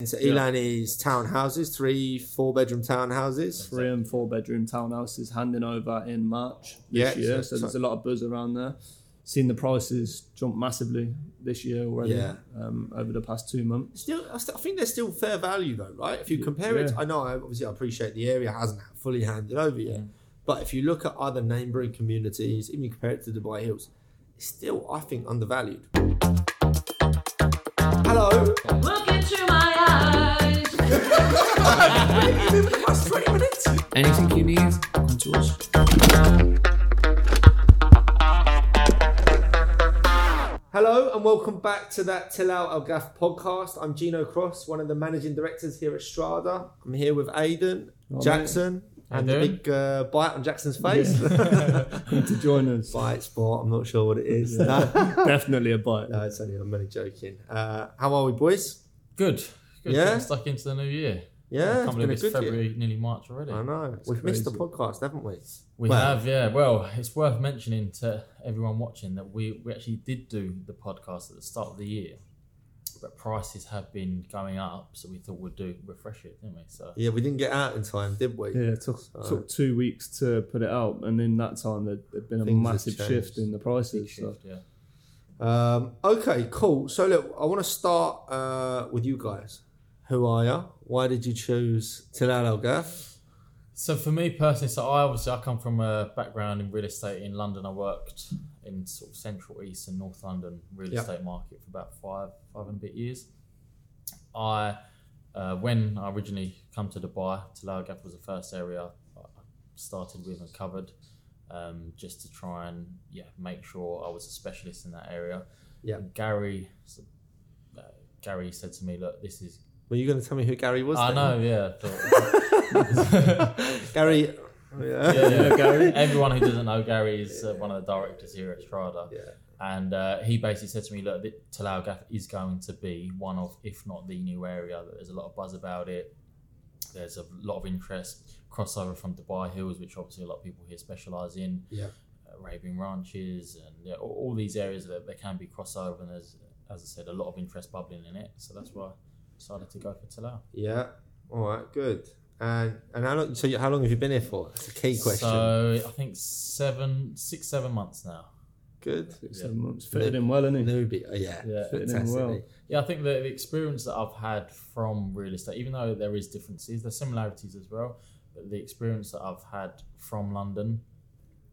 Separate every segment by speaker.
Speaker 1: And so
Speaker 2: Yeah.
Speaker 1: Elan is townhouses, three four bedroom townhouses.
Speaker 2: three and four bedroom townhouses handing over in March
Speaker 1: Yeah,
Speaker 2: this year.
Speaker 1: so-
Speaker 2: So, there's a lot of buzz around there. Seen the prices jump massively this year already.
Speaker 1: Yeah.
Speaker 2: Um, over the past two months.
Speaker 1: Still, I, st- I think there's still fair value though, right? If you compare it,
Speaker 2: yeah.
Speaker 1: I know I, obviously I appreciate the area hasn't fully handed over yet,
Speaker 2: Mm.
Speaker 1: but if you look at other neighbouring communities, even compare it to Dubai Hills, it's still I think undervalued. Hello,
Speaker 3: Look into my eyes.
Speaker 4: Anything you need, come to us.
Speaker 1: hello, and welcome back to that Till Out Al Gaff podcast. I'm Gino Cross, one of the managing directors here at Strada. I'm here with Aidan
Speaker 2: Hello,
Speaker 1: Jackson. And the
Speaker 4: How you doing?
Speaker 1: big uh, bite on Jackson's face.
Speaker 2: Come to join us.
Speaker 1: bite spot. I'm not sure what it is.
Speaker 2: Definitely a bite.
Speaker 1: No, it's only, I'm only joking. Uh, how are we, boys?
Speaker 4: Good. Good.
Speaker 1: Yeah?
Speaker 4: Getting stuck into the new year. I
Speaker 1: Yeah,
Speaker 4: can't
Speaker 1: it's been
Speaker 4: believe
Speaker 1: a
Speaker 4: it's
Speaker 1: good year.
Speaker 4: February, nearly March already.
Speaker 1: I know. We've missed the
Speaker 2: crazy.
Speaker 1: podcast, haven't we?
Speaker 4: We
Speaker 1: Well-
Speaker 4: have, yeah. Well, it's worth mentioning to everyone watching that we, we actually did do the podcast at the start of the year, but prices have been going up, so we thought we'd do refresh it, didn't we? So
Speaker 1: Yeah, we didn't get out in time, did we?
Speaker 2: Yeah, it took, took two weeks to put it out, and in that time there had been a
Speaker 1: Things have
Speaker 2: massive shift
Speaker 1: changed.
Speaker 2: in the prices. So.
Speaker 4: shift, yeah.
Speaker 1: Um, okay, cool. So, look, I want to start uh, with you guys. Who are you? Why did you choose Tilal Al Gaff?
Speaker 4: So for me personally, so I obviously I come from a background in real estate in London. I worked in sort of central east and north London real
Speaker 1: Yeah.
Speaker 4: estate market for about five five and a bit years. I uh, when I originally come to Dubai, Talal Gap was the first area I started with and covered, um, just to try and yeah make sure I was a specialist in that area.
Speaker 1: Yeah.
Speaker 4: And Gary, uh, Gary said to me, "Look, this is
Speaker 1: Were you going to tell me who Gary was?
Speaker 4: I
Speaker 1: then?
Speaker 4: know, yeah." but-
Speaker 1: Gary.
Speaker 2: Oh,
Speaker 1: Yeah.
Speaker 4: yeah, yeah. Everyone who doesn't know Gary is uh, one of the directors here at Strada,
Speaker 1: Yeah.
Speaker 4: and uh, he basically said to me, "Look, th- Talal Gaff is going to be one of, if not the new area. There's a lot of buzz about it. There's a lot of interest crossover from Dubai Hills, which obviously a lot of people here specialise in,
Speaker 1: Yeah.
Speaker 4: uh, raving ranches, and yeah, all, all these areas that there can be crossover. And there's, as I said, a lot of interest bubbling in it. So that's why I decided to go for Talal.
Speaker 1: Yeah. All right, good. And and how long? So, you, how long have you been here for? That's a key question.
Speaker 4: So I think seven, six, seven months now.
Speaker 1: good.
Speaker 2: Six,
Speaker 4: Yeah.
Speaker 2: seven months. Fitted in well, isn't it?
Speaker 1: Newbie. Oh, yeah.
Speaker 4: Yeah.
Speaker 2: Fitted in well.
Speaker 1: Fantastically.
Speaker 4: Yeah, I think the, the experience that I've had from real estate, even though there is differences, there's similarities as well, but the experience that I've had from London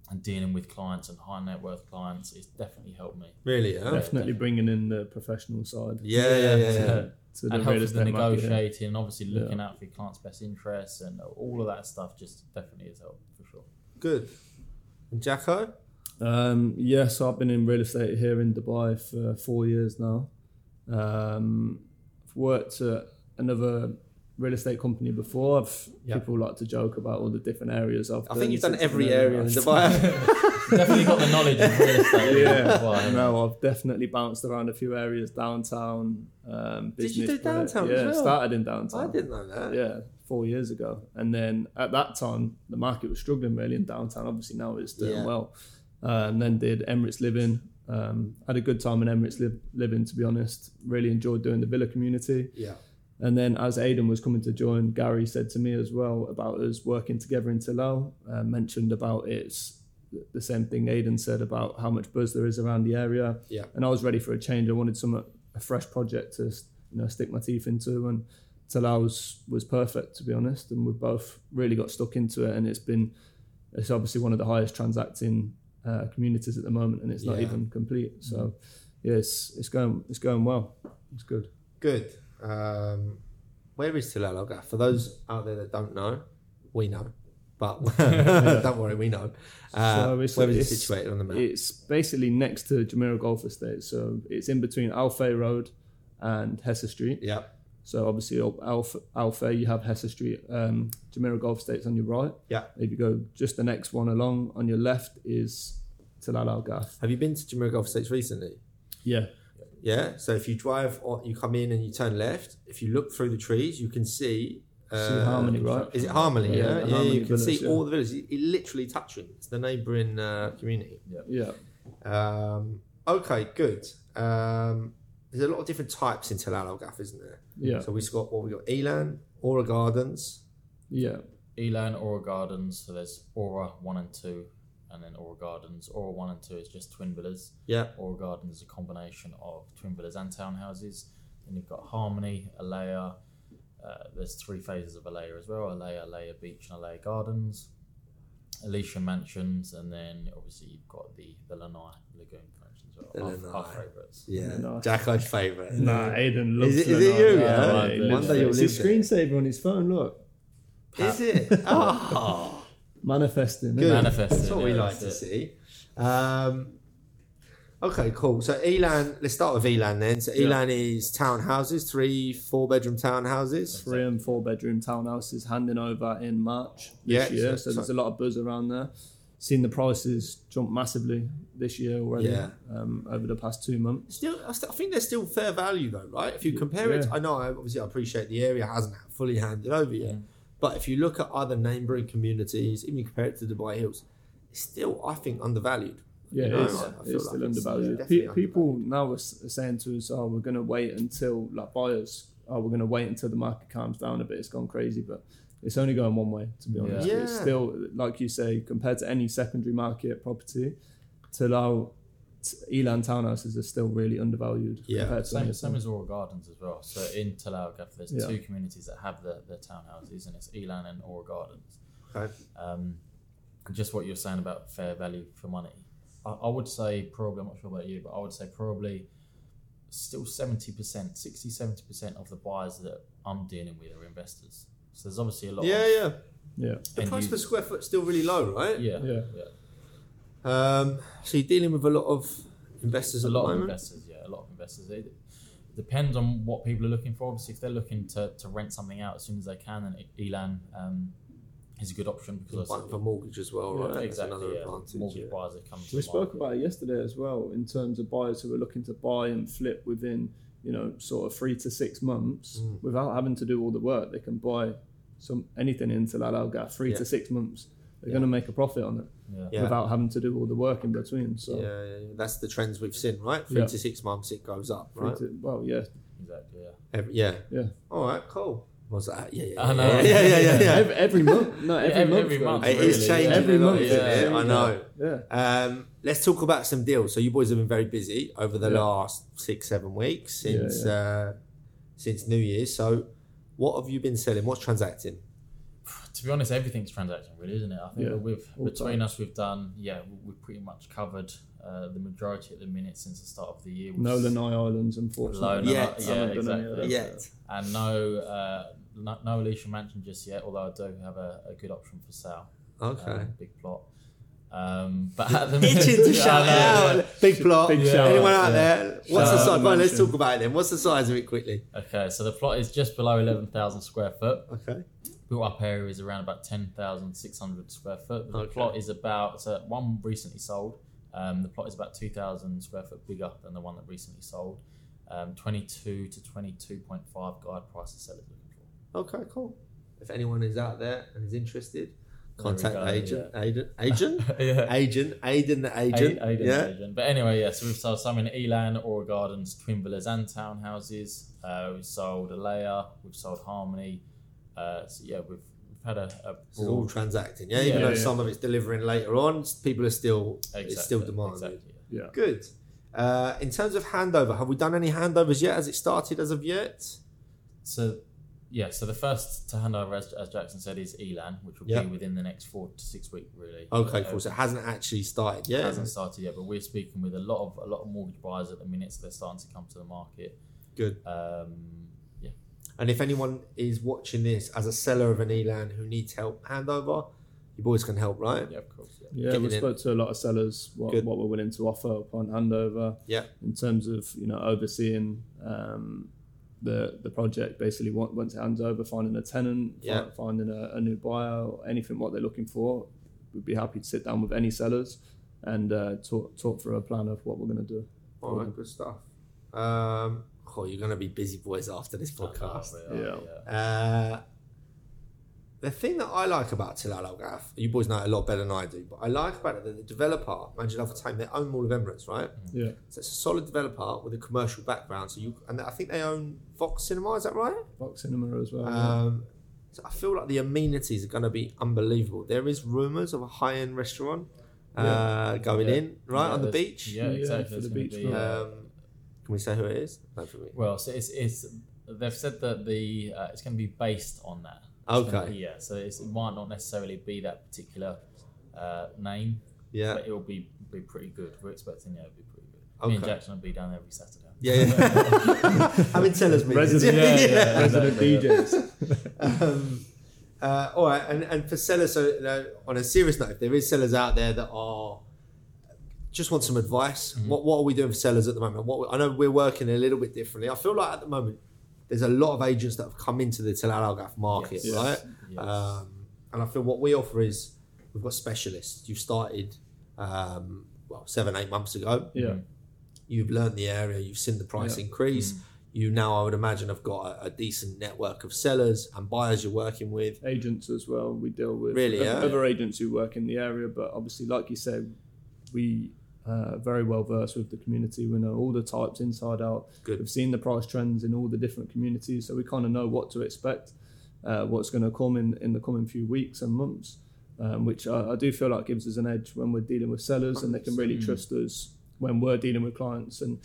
Speaker 4: and dealing with clients and high net worth clients, it's definitely helped me.
Speaker 1: Really? Huh?
Speaker 2: Definitely bringing in the professional side
Speaker 1: Yeah, yeah, yeah. yeah.
Speaker 2: to the
Speaker 4: and
Speaker 2: real
Speaker 4: helps with the
Speaker 2: estate market. yeah.
Speaker 4: negotiating, and obviously looking out for your clients' best interests and all of that stuff just definitely has helped for sure.
Speaker 1: Good. And Jacko?
Speaker 2: Um, yeah, so I've been in real estate here in Dubai for four years now. Um, I've worked at another real estate company before. I've,
Speaker 1: Yeah.
Speaker 2: People like to joke about all the different areas I've
Speaker 1: I
Speaker 2: been
Speaker 1: think you've done
Speaker 2: since I've
Speaker 1: every
Speaker 2: been
Speaker 1: area in Dubai.
Speaker 4: definitely got the knowledge of real estate.
Speaker 2: Yeah,
Speaker 4: Why?
Speaker 2: no, I've definitely bounced around a few areas downtown. Um,
Speaker 1: Did you
Speaker 2: business
Speaker 1: do
Speaker 2: product.
Speaker 1: downtown
Speaker 2: Yeah,
Speaker 1: as well?
Speaker 2: started in downtown.
Speaker 1: I didn't know that.
Speaker 2: yeah, four years ago. And then at that time, the market was struggling really in downtown. Obviously now it's doing
Speaker 1: Yeah.
Speaker 2: well. Uh, and then did Emirates Living. Um, had a good time in Emirates Liv- Living, to be honest. Really enjoyed doing the villa community.
Speaker 1: Yeah.
Speaker 2: And then as Aidan was coming to join, Gary said to me as well about us working together in Talal. Uh, mentioned about it's the same thing Aidan said about how much buzz there is around the area.
Speaker 1: Yeah.
Speaker 2: And I was ready for a change. I wanted some a fresh project to you know stick my teeth into, and Talal was, was perfect to be honest. And we both really got stuck into it, and it's been it's obviously one of the highest transacting uh, communities at the moment, and it's not
Speaker 1: Yeah. Mm-hmm.
Speaker 2: even complete. So yeah, it's it's going it's going well. It's good.
Speaker 1: Good. Um, where is Tilal Al Gaff? For those out there that don't know, we know. But don't worry, we know. Uh,
Speaker 2: So it's-
Speaker 1: where is it
Speaker 2: it's-
Speaker 1: situated on the map?
Speaker 2: It's basically next to Jumeirah Golf Estate, so it's in between Alfay Road and Hesse Street.
Speaker 1: yeah.
Speaker 2: So obviously, Alf Alfay, you have Hesse Street, um, Jumeirah Golf Estate's on your right.
Speaker 1: Yeah.
Speaker 2: If you go just the next one along, on your left is Talal Al Gaff.
Speaker 1: Have you been to Jumeirah Golf Estates recently?
Speaker 2: Yeah.
Speaker 1: Yeah. So if you drive, on, you come in and you turn left. If you look through the trees, you can see. uh,
Speaker 2: Harmony, right?
Speaker 1: Is it Harmony?
Speaker 2: Yeah,
Speaker 1: Yeah,
Speaker 2: the
Speaker 1: yeah.
Speaker 2: Harmony
Speaker 1: you can see
Speaker 2: Village,
Speaker 1: all
Speaker 2: yeah.
Speaker 1: the villages. It, it literally touching. It's the neighbouring uh, community.
Speaker 2: Yeah.
Speaker 1: Um, okay, good. Um, there's a lot of different types in Tel Al Gaff, isn't there?
Speaker 2: Yeah,
Speaker 1: So we've got what we got Elan, Aura Gardens.
Speaker 2: yeah,
Speaker 4: Elan Aura Gardens. So there's Aura one and two, and then Aura Gardens. Aura one and two is just twin villas.
Speaker 1: Yeah.
Speaker 4: Aura Gardens is a combination of twin villas and townhouses. Then you've got Harmony, Alea. Uh, there's three phases of Alea as well: Alea, Alea Beach, and Alea Gardens. Alicia Mansions, and then obviously you've got the the Lanai Lagoon Mansions as well.
Speaker 1: The
Speaker 4: Our-
Speaker 1: Lanai.
Speaker 4: Our, favourites.
Speaker 1: Yeah.
Speaker 2: Nice.
Speaker 1: Jacko's favourite.
Speaker 2: Nah, Aiden loves
Speaker 1: Is it-
Speaker 2: the
Speaker 1: is it
Speaker 2: Lanai.
Speaker 1: you?
Speaker 4: Yeah,
Speaker 2: Yeah,
Speaker 4: I
Speaker 2: he
Speaker 4: love it.
Speaker 2: loves
Speaker 4: One day
Speaker 2: it.
Speaker 1: you'll
Speaker 2: It's a
Speaker 1: live there.
Speaker 2: screensaver on his phone. Look,
Speaker 1: Is it? Oh,
Speaker 2: manifesting.
Speaker 1: good.
Speaker 2: innit?
Speaker 4: Manifested,
Speaker 1: That's what we
Speaker 4: yeah,
Speaker 1: like to
Speaker 4: that's
Speaker 1: see. Um, okay, cool. So Elan, let's start with Elan then. So
Speaker 2: Yeah.
Speaker 1: Elan is townhouses, three four bedroom townhouses.
Speaker 2: Three and four bedroom townhouses handing over in March
Speaker 1: Yeah,
Speaker 2: this year.
Speaker 1: so-
Speaker 2: So, there's a lot of buzz around there. Seen the prices jump massively this year already.
Speaker 1: Yeah.
Speaker 2: Um, over the past two months.
Speaker 1: Still, I, st- I think they're still fair value though, right? If you compare it,
Speaker 2: yeah.
Speaker 1: I know I obviously I appreciate the area hasn't fully handed over yet, but if you look at other neighbouring communities, even compared to Dubai Hills, it's still I think undervalued.
Speaker 2: Yeah,
Speaker 1: No,
Speaker 2: it's,
Speaker 1: I- I feel
Speaker 2: it's
Speaker 1: like
Speaker 2: still
Speaker 1: it's
Speaker 2: undervalued.
Speaker 1: definitely
Speaker 2: Pe- people now are s- are saying to us, "Oh, we're going to wait until like buyers. Oh, we're going to wait until the market calms down a bit. It's gone crazy, but it's only going one way. To be honest,
Speaker 1: Yeah.
Speaker 2: it's
Speaker 1: Yeah.
Speaker 2: still like you say compared to any secondary market property. Till our t- Elan townhouses are still really undervalued.
Speaker 1: Yeah.
Speaker 2: compared to
Speaker 4: Same,
Speaker 2: anything.
Speaker 4: same as Aura Gardens as well. So in Tel Aviv, there's
Speaker 2: Yeah.
Speaker 4: two communities that have the, their townhouses, and it's Elan and Aura Gardens.
Speaker 1: Okay.
Speaker 4: Um, and just what you're saying about fair value for money, I, I would say probably, I'm not sure about you, but I would say probably still 70%, 60, 70% of the buyers that I'm dealing with are investors. So there's obviously a lot
Speaker 1: Yeah,
Speaker 4: of
Speaker 1: yeah.
Speaker 2: yeah,
Speaker 1: The
Speaker 4: end
Speaker 1: price per
Speaker 4: users.
Speaker 1: square foot's still really low, right?
Speaker 4: Yeah,
Speaker 2: Yeah.
Speaker 4: yeah.
Speaker 1: Um, so you're dealing with a lot of investors
Speaker 4: a
Speaker 1: at
Speaker 4: lot
Speaker 1: the
Speaker 4: of
Speaker 1: moment.
Speaker 4: investors, yeah, a lot of investors. It depends on what people are looking for. Obviously, if they're looking to, to rent something out as soon as they can, then E- Elan um, is a good option because
Speaker 1: Buying
Speaker 4: obviously-
Speaker 1: for mortgage as well,
Speaker 4: Yeah,
Speaker 1: right? That's another
Speaker 4: exactly. Yeah.
Speaker 1: advantage.
Speaker 4: Mortgage
Speaker 1: yeah.
Speaker 4: buyers that come to
Speaker 2: We
Speaker 4: the
Speaker 2: spoke
Speaker 4: market.
Speaker 2: about it yesterday as well in terms of buyers who are looking to buy and flip within, you know, sort of three to six months
Speaker 4: Mm.
Speaker 2: without having to do all the work. They can buy some anything in Talal Al Ghaf, three
Speaker 1: Yeah.
Speaker 2: to six months. They're going to make a profit on it
Speaker 4: Yeah.
Speaker 1: Yeah.
Speaker 2: without having to do all the work in between. So,
Speaker 1: Yeah, yeah, yeah. that's the trends we've seen, right? Three
Speaker 2: Yeah.
Speaker 1: to six months, it goes up,
Speaker 2: three
Speaker 1: right?
Speaker 2: to, well, yeah,
Speaker 4: Exactly. Yeah.
Speaker 1: Every, yeah.
Speaker 2: yeah.
Speaker 1: All right, cool. Was that? Yeah, yeah,
Speaker 4: I know.
Speaker 1: yeah, yeah, yeah, yeah. yeah.
Speaker 2: Every, every month, no, every,
Speaker 4: every-
Speaker 2: month,
Speaker 4: every
Speaker 2: though.
Speaker 4: month.
Speaker 1: it is
Speaker 4: Really,
Speaker 1: changing
Speaker 4: yeah.
Speaker 1: every
Speaker 2: Every
Speaker 1: month.
Speaker 2: month.
Speaker 1: Isn't
Speaker 4: Yeah,
Speaker 1: it? I
Speaker 4: yeah.
Speaker 1: know.
Speaker 2: Yeah,
Speaker 1: Um, let's talk about some deals. So you boys have been very busy over the
Speaker 2: Yeah.
Speaker 1: last six, seven weeks
Speaker 2: Yeah,
Speaker 1: since Uh, since New Year's. So what have you been selling? What's transacting?
Speaker 4: To be honest, everything's transaction really, isn't it? I think
Speaker 2: Yeah.
Speaker 4: that we've
Speaker 2: All
Speaker 4: between us, we've done yeah, we- we've pretty much covered uh, the majority at the minute since the start of the year. We've
Speaker 2: no
Speaker 4: s-
Speaker 2: Lanai Islands,
Speaker 4: Low,
Speaker 2: unfortunately.
Speaker 1: Yeah.
Speaker 4: no, yeah,
Speaker 1: Yet.
Speaker 4: yeah,
Speaker 2: Haven't done any of
Speaker 4: exactly.
Speaker 2: that.
Speaker 1: Yeah.
Speaker 4: and no, uh, no, no Alicia Mansion just yet. Although I do have a, a good option for sale.
Speaker 1: Okay.
Speaker 4: Um, big plot. Um, but at the
Speaker 1: Itching
Speaker 4: minute-
Speaker 1: to shout
Speaker 4: I know,
Speaker 1: it out. Big plot.
Speaker 2: Big shout
Speaker 1: Anyone
Speaker 2: out,
Speaker 1: out there? What's
Speaker 4: Shout
Speaker 1: the
Speaker 4: out
Speaker 1: size?
Speaker 2: to
Speaker 1: Right, let's
Speaker 2: Mansion.
Speaker 1: talk about it then. What's the size of it quickly?
Speaker 4: yeah. Okay, so the plot is just below 11,000 square foot.
Speaker 1: Okay.
Speaker 4: Built up area is around about 10,600 square foot. The
Speaker 1: Okay.
Speaker 4: plot is about, so one recently sold. Um, the plot is about 2,000 square foot bigger than the one that recently sold. Um, 22 to 22.5 guide price the seller's looking for.
Speaker 1: Okay, cool. If anyone is out there and is interested,
Speaker 4: we
Speaker 1: contact
Speaker 4: go,
Speaker 1: agent, agent, agent,
Speaker 4: Yeah.
Speaker 1: agent, Aiden, the
Speaker 4: A-
Speaker 1: agent.
Speaker 4: Aiden's
Speaker 1: yeah.
Speaker 4: agent. But anyway, yeah, so we've sold some in Elan, Aura Gardens, Twin Villas, and Townhouses. Uh, we've sold Alea, we've sold Harmony. Uh, so yeah, we've, we've had a, a
Speaker 1: It's all
Speaker 4: broad-
Speaker 1: transacting. Yeah, even
Speaker 4: Yeah,
Speaker 1: though
Speaker 2: yeah.
Speaker 1: some of it's delivering later on, people are still it's still
Speaker 4: Exactly,
Speaker 1: demanding.
Speaker 4: exactly, uh, yeah.
Speaker 2: Yeah.
Speaker 1: Good. Uh, in terms of handover, have we done any handovers yet? Has it started as of yet?
Speaker 4: So, yeah, so the first to hand over, as, as Jackson said, is Elan, which will
Speaker 1: Yeah.
Speaker 4: be within the next four to six week, really.
Speaker 1: Okay,
Speaker 4: Uh,
Speaker 1: cool. So it hasn't actually started
Speaker 4: It
Speaker 1: yet.
Speaker 4: hasn't started yet, but we're speaking with a lot of a lot of mortgage buyers at the minute, so they're starting to come to the market.
Speaker 1: Good.
Speaker 4: Um, yeah,
Speaker 1: And if anyone is watching this as a seller of an Elan who needs help handover, you boys can help, right?
Speaker 4: yeah, of course. Yeah.
Speaker 2: Yeah,
Speaker 1: getting
Speaker 2: we
Speaker 1: in.
Speaker 2: spoke to a lot of sellers what,
Speaker 1: Good.
Speaker 2: what we're willing to offer upon handover.
Speaker 1: Yeah.
Speaker 2: In terms of you know overseeing um, the the project, basically on- once it hands over, finding a tenant, fi-
Speaker 1: Yeah.
Speaker 2: finding a, a new buyer, or anything what they're looking for, we'd be happy to sit down with any sellers and uh, talk talk through a plan of what we're going to do.
Speaker 1: All right, good stuff. Um, oh, you're gonna be busy boys after this podcast.
Speaker 4: Yeah.
Speaker 2: Yeah.
Speaker 1: Uh, The thing that I like about Tilal Al Gaf, you boys know it a lot better than I do, but I like about it that the developer managed to overtake their own Mall of Emirates, right?
Speaker 4: Mm.
Speaker 2: Yeah.
Speaker 1: So it's a solid developer with a commercial background. So you and I think they own Vox Cinema, is that right?
Speaker 2: Box cinema as well.
Speaker 4: Uh, Uh-huh.
Speaker 2: yeah.
Speaker 1: Um, so I feel like the amenities are going to be unbelievable. There is rumours of a high-end restaurant uh, going
Speaker 4: Yeah.
Speaker 1: in right
Speaker 4: Yeah,
Speaker 1: on the
Speaker 4: there's-
Speaker 1: beach.
Speaker 4: Yeah,
Speaker 2: Yeah,
Speaker 4: exactly.
Speaker 2: for
Speaker 4: It's
Speaker 2: the
Speaker 4: gonna
Speaker 2: beach
Speaker 4: be,
Speaker 2: club.
Speaker 4: uh,
Speaker 1: Um, can we say who it is? No, can we?
Speaker 4: Well, so it's it's they've said that the uh, it's going to be based on that. It's gonna
Speaker 1: Okay.
Speaker 4: be- yeah. So it's, it might not necessarily be that particular uh, name,
Speaker 1: Yeah.
Speaker 4: but it'll be be pretty good. We're expecting yeah, it'll be pretty good. Me and
Speaker 1: Okay.
Speaker 4: Jackson will be down there every Saturday.
Speaker 1: Yeah, yeah. I mean, tell us, mate.
Speaker 2: Resident-
Speaker 4: Yeah, yeah,
Speaker 2: Resident
Speaker 4: exactly, yeah.
Speaker 2: DJs.
Speaker 1: um, uh, all right, and, and for sellers, so you know, on a serious note, if there is sellers out there that are just want some advice,
Speaker 4: Mm-hmm.
Speaker 1: what what are we doing for sellers at the moment? What I know we're working a little bit differently. I feel like at the moment there's a lot of agents that have come into the Talal Al Gaf market,
Speaker 4: Yes.
Speaker 1: right?
Speaker 4: Yes.
Speaker 1: Um, and I feel what we offer is we've got specialists. You started um, well seven eight months ago.
Speaker 2: Yeah.
Speaker 1: You've learned the area. You've seen the price increase.
Speaker 4: Mm.
Speaker 1: You now, I would imagine, have got a, a decent network of sellers and buyers you're working with.
Speaker 2: agents as well. We deal with
Speaker 1: Really,
Speaker 2: oth-
Speaker 1: yeah?
Speaker 2: other agents who work in the area, but obviously, like you said, we uh, very well versed with the community. We know all the types inside out.
Speaker 1: Good.
Speaker 2: We've seen the price trends in all the different communities, so we kind of know what to expect, uh, what's going to come in in the coming few weeks and months. Um, which I, I do feel like gives us an edge when we're dealing with sellers, and they can really trust us when we're dealing with clients. And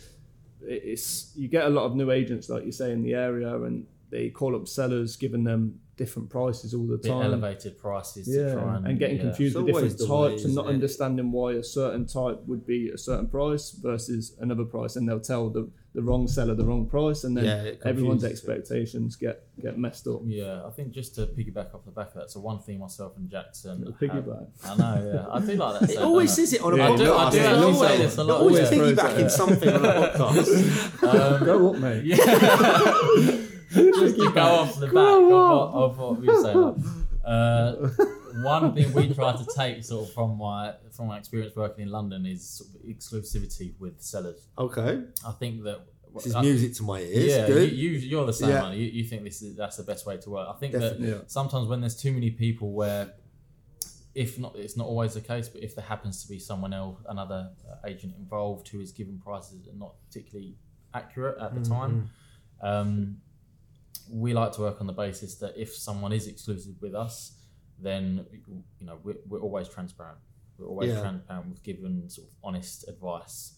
Speaker 2: it- it's you get a lot of new agents, like you say, in the area, and they call up sellers, giving them different prices all the
Speaker 4: Bit
Speaker 2: time.
Speaker 4: elevated prices to try
Speaker 2: Yeah,
Speaker 4: and,
Speaker 2: and getting
Speaker 4: yeah.
Speaker 2: confused
Speaker 1: It's
Speaker 2: with different
Speaker 1: always the way,
Speaker 2: types and
Speaker 1: isn't
Speaker 2: not
Speaker 1: it?
Speaker 2: understanding why a certain type would be a certain price versus another price, and they'll tell the, the wrong seller the wrong price, and then
Speaker 1: Yeah, it
Speaker 2: everyone's
Speaker 1: confuses it.
Speaker 2: expectations get get messed up.
Speaker 4: Yeah, I think just to piggyback off the back of that. So one thing myself and Jackson.
Speaker 2: Little
Speaker 4: have-
Speaker 2: piggyback.
Speaker 4: I know. Yeah, I do like that.
Speaker 1: It
Speaker 4: so,
Speaker 1: always
Speaker 4: don't I?
Speaker 1: says it on a
Speaker 2: Yeah,
Speaker 1: podcast.
Speaker 2: I do- I do
Speaker 1: It's
Speaker 2: actually
Speaker 1: always-
Speaker 2: say
Speaker 4: this a lot,
Speaker 1: Always
Speaker 2: yeah.
Speaker 1: piggybacking
Speaker 2: Yeah.
Speaker 1: something on a podcast.
Speaker 2: Go up, mate.
Speaker 4: Um, just to go off the back of what, of what we were saying. Uh, one thing we try to take sort of from my from my experience working in London is sort of exclusivity with sellers.
Speaker 1: okay,
Speaker 4: I think that
Speaker 1: this is
Speaker 4: I-
Speaker 1: music to my ears.
Speaker 4: Uh, yeah,
Speaker 1: Good.
Speaker 4: You, you you're the same
Speaker 1: Yeah.
Speaker 4: man. You, you think this is that's the best way to work. I think
Speaker 1: Definitely.
Speaker 2: Yeah.
Speaker 4: that sometimes when there's too many people where if not it's not always the case but if there happens to be someone else another uh, agent involved who is giving prices that are not particularly accurate at the time um, we like to work on the basis that if someone is exclusive with us then you know we're, we're always transparent we're always
Speaker 1: Yeah.
Speaker 4: transparent we've given sort of honest advice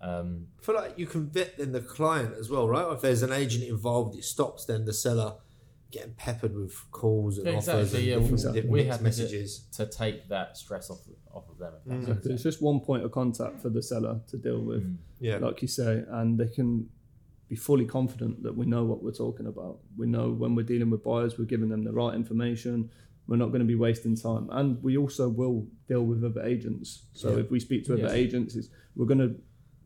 Speaker 4: um,
Speaker 1: I feel like you can vet then the client as well, right? If there's an agent involved, it stops then the seller getting peppered with calls and
Speaker 4: Yeah,
Speaker 1: offers and
Speaker 4: exactly, yeah,
Speaker 1: different,
Speaker 2: exactly.
Speaker 1: different
Speaker 4: We have to-
Speaker 1: messages.
Speaker 4: to take that stress off off of them if that makes
Speaker 2: So
Speaker 4: sense.
Speaker 2: it's just one point of contact for the seller to deal with.
Speaker 1: Yeah,
Speaker 2: like you say, and they can be fully confident that we know what we're talking about. We know when we're dealing with buyers, we're giving them the right information. We're not going to be wasting time, and we also will deal with other agents. So if we speak to other
Speaker 4: Yeah.
Speaker 2: agents, it's, we're going to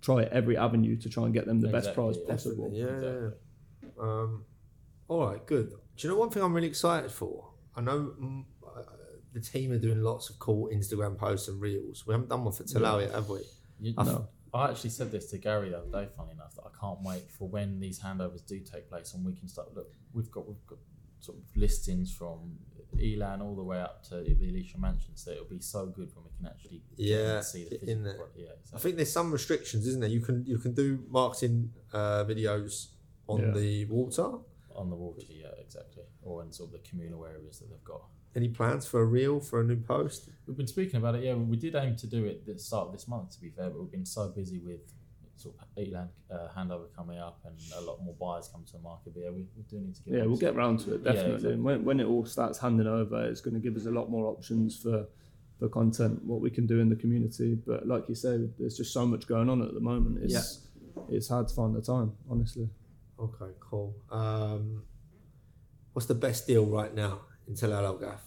Speaker 2: try every avenue to try and get them the best
Speaker 4: Exactly,
Speaker 2: price
Speaker 4: yeah.
Speaker 2: possible.
Speaker 1: yeah.
Speaker 4: Exactly.
Speaker 1: Um, all right, good. Do you know one thing I'm really excited for? I know mm, uh, the team are doing lots of cool Instagram posts and reels. We haven't done one for Talal yet, have we?
Speaker 4: You,
Speaker 1: I f-
Speaker 4: no. I actually said this to Gary the other day. Funny enough, that I can't wait for when these handovers do take place, and we can start. Look, we've got we've got sort of listings from Elan all the way up to the Alicia Mansion, so it'll be so good when we can actually get in and
Speaker 1: Yeah,
Speaker 4: see the
Speaker 1: get in
Speaker 4: physical.
Speaker 1: there.
Speaker 4: pro- Yeah,
Speaker 1: I
Speaker 4: exactly.
Speaker 1: think there's some restrictions, isn't there? You can you can do marketing uh, videos on
Speaker 2: Yeah.
Speaker 1: the water.
Speaker 4: on the water. Yeah, exactly. Or in sort of the communal areas that they've got.
Speaker 1: Any plans for a reel for a new post?
Speaker 4: We've been speaking about it. Yeah, we did aim to do it at the start of this month. To be fair, but we've been so busy with sort of Elan uh, handover coming up and a lot more buyers coming to the market. But yeah, we, we do need to get.
Speaker 2: Yeah,
Speaker 4: on
Speaker 2: we'll
Speaker 4: to
Speaker 2: get round to it
Speaker 4: Yeah,
Speaker 2: definitely.
Speaker 4: exactly.
Speaker 2: And when, when it all starts handing over, it's going to give us a lot more options for for content, what we can do in the community. But like you say, there's just so much going on at the moment. It's it's hard to find the time, honestly.
Speaker 1: Okay, cool. Um, what's the best deal right now in Talal Al Gaff?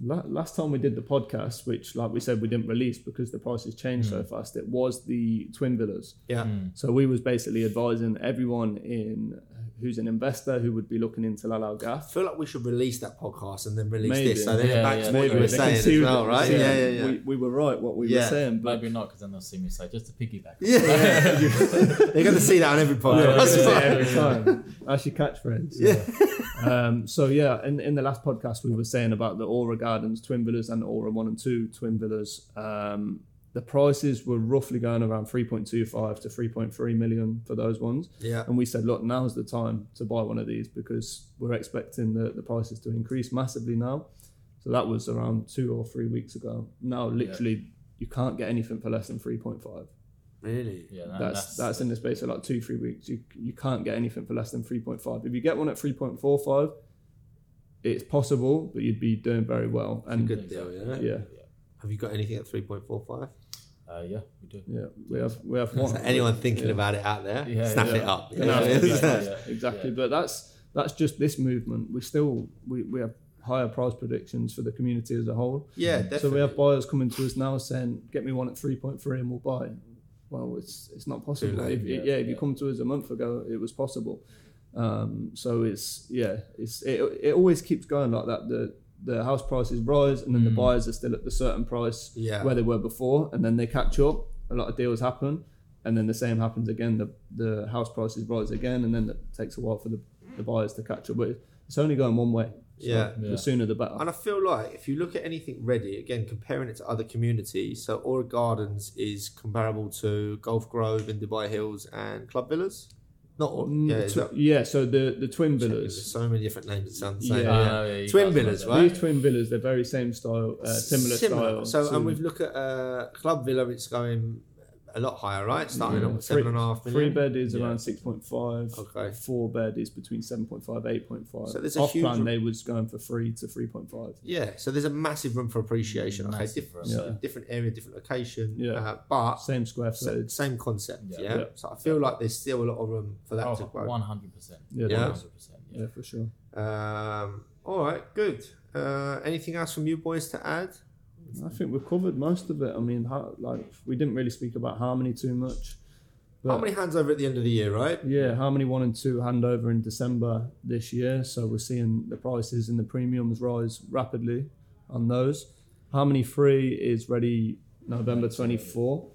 Speaker 2: La- last time we did the podcast, which like we said we didn't release because the prices changed
Speaker 4: Hmm.
Speaker 2: so fast, it was the twin villas.
Speaker 1: Yeah,
Speaker 2: So we was basically advising everyone in who's an investor who would be looking into Lalal Gaff.
Speaker 1: I feel like we should release that podcast and then release
Speaker 2: Maybe.
Speaker 1: this. So then
Speaker 4: Yeah,
Speaker 1: it backs
Speaker 4: yeah.
Speaker 1: what
Speaker 4: Maybe.
Speaker 1: you were
Speaker 2: They can
Speaker 1: saying
Speaker 2: see
Speaker 1: as well,
Speaker 2: that-
Speaker 1: right? Yeah, yeah, yeah.
Speaker 2: We, we were right what we were
Speaker 1: Yeah.
Speaker 2: saying, but
Speaker 4: Maybe not, because then they'll see me say just to piggyback.
Speaker 1: Yeah, they're going to see that on every podcast.
Speaker 4: Yeah,
Speaker 1: That's
Speaker 4: yeah,
Speaker 1: fine.
Speaker 4: yeah.
Speaker 2: every time. That's your catchphrase.
Speaker 1: Yeah.
Speaker 2: um, so yeah, in, in the last podcast we were saying about the Aura Gardens twin villas and Aura One and Two twin villas. Um, the prices were roughly going around 3.25 to 3.3 million for those ones.
Speaker 1: Yeah.
Speaker 2: And we said, look, now's the time to buy one of these because we're expecting the, the prices to increase massively now. So that was around two or three weeks ago. Now, literally, you can't get anything for less than 3.5.
Speaker 1: Really?
Speaker 4: Yeah,
Speaker 2: That's that's in the space of like two three weeks. You you can't get anything for less than three point five. If you get one at three point four five, it's possible, but you'd be doing very well. And
Speaker 1: Good deal, yeah.
Speaker 2: yeah,
Speaker 1: Have you got anything at 3.45?
Speaker 4: Uh, yeah, we do.
Speaker 2: yeah, we have we have one.
Speaker 1: Anyone thinking about it out there,
Speaker 4: Yeah,
Speaker 1: snap
Speaker 4: yeah.
Speaker 1: it up.
Speaker 2: No,
Speaker 1: Yeah.
Speaker 2: exactly,
Speaker 4: Yeah.
Speaker 2: exactly.
Speaker 4: Yeah.
Speaker 2: But that's that's just this movement. We still we, we have higher price predictions for the community as a whole.
Speaker 1: Yeah, definitely.
Speaker 2: So we have buyers coming to us now saying, "Get me one at three point three, and we'll buy." Well, it's it's not possible.
Speaker 1: late,
Speaker 2: if, yeah,
Speaker 4: yeah,
Speaker 2: if you
Speaker 4: yeah.
Speaker 2: come to us a month ago, it was possible. Um, so it's yeah, it's it, it always keeps going like that. The the house prices rise, and then the buyers are still at the certain price
Speaker 1: Yeah.
Speaker 2: where they were before, and then they catch up. A lot of deals happen, and then the same happens again. The the house prices rise again, and then it takes a while for the, the buyers to catch up. But it's only going one way. So
Speaker 1: Yeah.
Speaker 4: Yeah.
Speaker 2: the sooner the better.
Speaker 1: And I feel like if you look at anything ready, again, comparing it to other communities, so Aura Gardens is comparable to Golf Grove in Dubai Hills and Club Villas. Not all,
Speaker 2: Mm,
Speaker 1: yeah,
Speaker 2: the
Speaker 1: is
Speaker 2: tw-
Speaker 1: that-
Speaker 2: yeah, so the, the twin
Speaker 1: there's
Speaker 2: villas.
Speaker 1: so many different names that sound the same.
Speaker 2: Yeah.
Speaker 4: I know, yeah, you
Speaker 1: Twin
Speaker 4: guys
Speaker 1: villas,
Speaker 4: know that.
Speaker 1: right?
Speaker 2: These twin villas, they're very same style, uh, similar, style.
Speaker 1: So,
Speaker 2: to
Speaker 1: and we've looked at uh, Club Villa, it's going a lot higher, right? Starting
Speaker 2: Yeah.
Speaker 1: on seven and a half
Speaker 2: three
Speaker 1: million.
Speaker 2: bed is
Speaker 4: Yeah.
Speaker 2: around six point five.
Speaker 1: Okay.
Speaker 2: Four bed is between 7.5, 8.5.
Speaker 1: So there's a
Speaker 2: Off
Speaker 1: huge-
Speaker 2: plan, they was going for three to three point five.
Speaker 1: Yeah, so there's a massive room for appreciation. Okay,
Speaker 4: Massive
Speaker 1: different,
Speaker 4: room, yeah.
Speaker 1: different area, different location.
Speaker 2: Yeah.
Speaker 1: Uh, but
Speaker 2: Same square
Speaker 1: sa-
Speaker 2: footage.
Speaker 1: same concept. Yeah.
Speaker 4: Yeah.
Speaker 2: Yeah.
Speaker 1: So I feel like there's still a lot of room for that to
Speaker 4: Oh,
Speaker 1: grow.
Speaker 4: 100%.
Speaker 2: Yeah,
Speaker 1: Yeah.
Speaker 4: 100%. Yeah.
Speaker 2: Yeah, for sure.
Speaker 1: Um, all right, good. Uh, anything else from you boys to add?
Speaker 2: I think we've covered most of it. I mean, how, like we didn't really speak about harmony too much. Uh,
Speaker 1: How many hands over at the end of the year, right?
Speaker 2: Yeah, Harmony One and Two handover in December this year, so we're seeing the prices and the premiums rise rapidly on those. Harmony Three is ready November twenty four.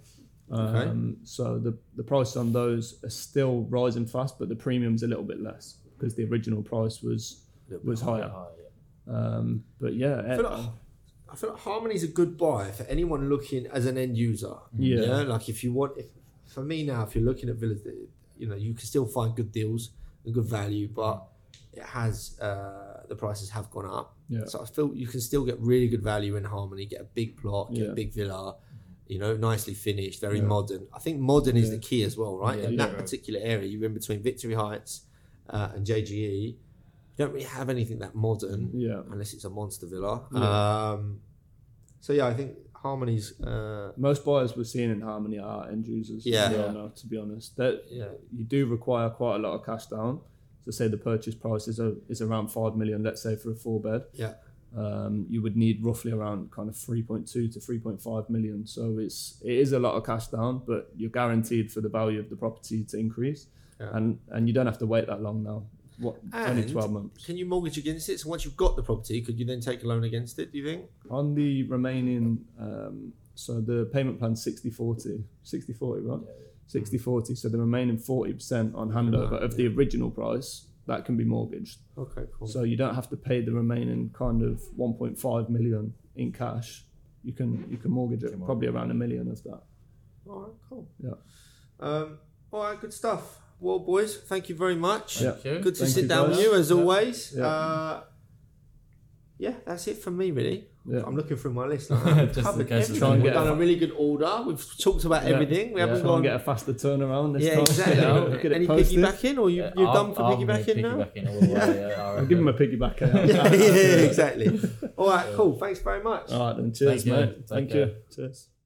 Speaker 2: Um, so the the price on those are still rising fast, but the premium's a little bit less because the original price was was higher.
Speaker 4: Oh, yeah.
Speaker 2: Um, but yeah,
Speaker 1: I feel, like, I feel like Harmony's a good buy for anyone looking as an end user.
Speaker 2: Yeah.
Speaker 1: like if you want, if for me now, if you're looking at villas, you know, you can still find good deals and good value, but it has uh, the prices have gone up.
Speaker 2: Yeah.
Speaker 1: So I feel you can still get really good value in Harmony. Get a big plot, get
Speaker 2: Yeah.
Speaker 1: a big villa. You know, nicely finished, very modern. I think modern is the key as well, right?
Speaker 4: Yeah,
Speaker 1: in
Speaker 4: yeah.
Speaker 1: that particular area, you're in between Victory Heights uh, and JGE. You don't really have anything that modern
Speaker 2: yeah,
Speaker 1: unless it's a monster villa. Um, so yeah, I think Harmony's. Uh,
Speaker 2: most buyers we're seeing in Harmony are end users.
Speaker 1: Yeah.
Speaker 2: yeah. Now, to be honest, that
Speaker 1: yeah,
Speaker 2: you do require quite a lot of cash down. So say the purchase price is, a, is around five million, let's say for a four bed,
Speaker 1: yeah,
Speaker 2: um, you would need roughly around kind of three point two to three point five million. So it's it is a lot of cash down, but you're guaranteed for the value of the property to increase,
Speaker 1: Yeah.
Speaker 2: and and you don't have to wait that long now. What
Speaker 1: And-
Speaker 2: only twelve months
Speaker 1: Can you mortgage against it? So once you've got the property, could you then take a loan against it? Do you think?
Speaker 2: on the remaining? Um, so the payment plan 60-40, 60-40, right? 60-40. So the remaining forty percent on handover of the original price that can be mortgaged.
Speaker 1: Okay, cool.
Speaker 2: So you don't have to pay the remaining kind of 1.5 million in cash. You can you can mortgage it probably around a million of that.
Speaker 1: all right, cool.
Speaker 2: Yeah.
Speaker 1: Um, all right, good stuff. Well, boys, thank you very much.
Speaker 2: Yeah.
Speaker 4: Thank you.
Speaker 1: Good to
Speaker 2: Thank
Speaker 1: sit
Speaker 2: you
Speaker 1: down
Speaker 2: guys.
Speaker 1: with you as always.
Speaker 2: Yeah.
Speaker 1: Uh, yeah, that's it from me really.
Speaker 2: Yeah.
Speaker 1: I'm looking through my list. Like, I've
Speaker 4: Just in
Speaker 1: covered
Speaker 4: case it's
Speaker 1: everything.
Speaker 2: on.
Speaker 1: We've
Speaker 2: Yeah.
Speaker 1: done a really good order. We've talked about
Speaker 2: Yeah.
Speaker 1: everything. We
Speaker 4: Yeah.
Speaker 1: haven't
Speaker 2: Try
Speaker 1: gone
Speaker 2: and get a faster turnaround this
Speaker 1: Yeah,
Speaker 2: time.
Speaker 1: exactly.
Speaker 2: You know, get it
Speaker 1: Any
Speaker 2: posted.
Speaker 1: piggybacking, or you,
Speaker 4: Yeah,
Speaker 1: you're
Speaker 4: I'll-
Speaker 1: done for
Speaker 4: I'll
Speaker 1: piggybacking now?
Speaker 4: piggybacking all the way, yeah, I
Speaker 2: I'll give him a
Speaker 4: reckon.
Speaker 2: piggyback.
Speaker 1: yeah,
Speaker 2: out.
Speaker 1: yeah, exactly. All right, cool. Thanks very much.
Speaker 2: All right then. Cheers,
Speaker 4: Thank you.
Speaker 2: mate.
Speaker 4: Take
Speaker 2: Thank
Speaker 4: care.
Speaker 2: you. Cheers.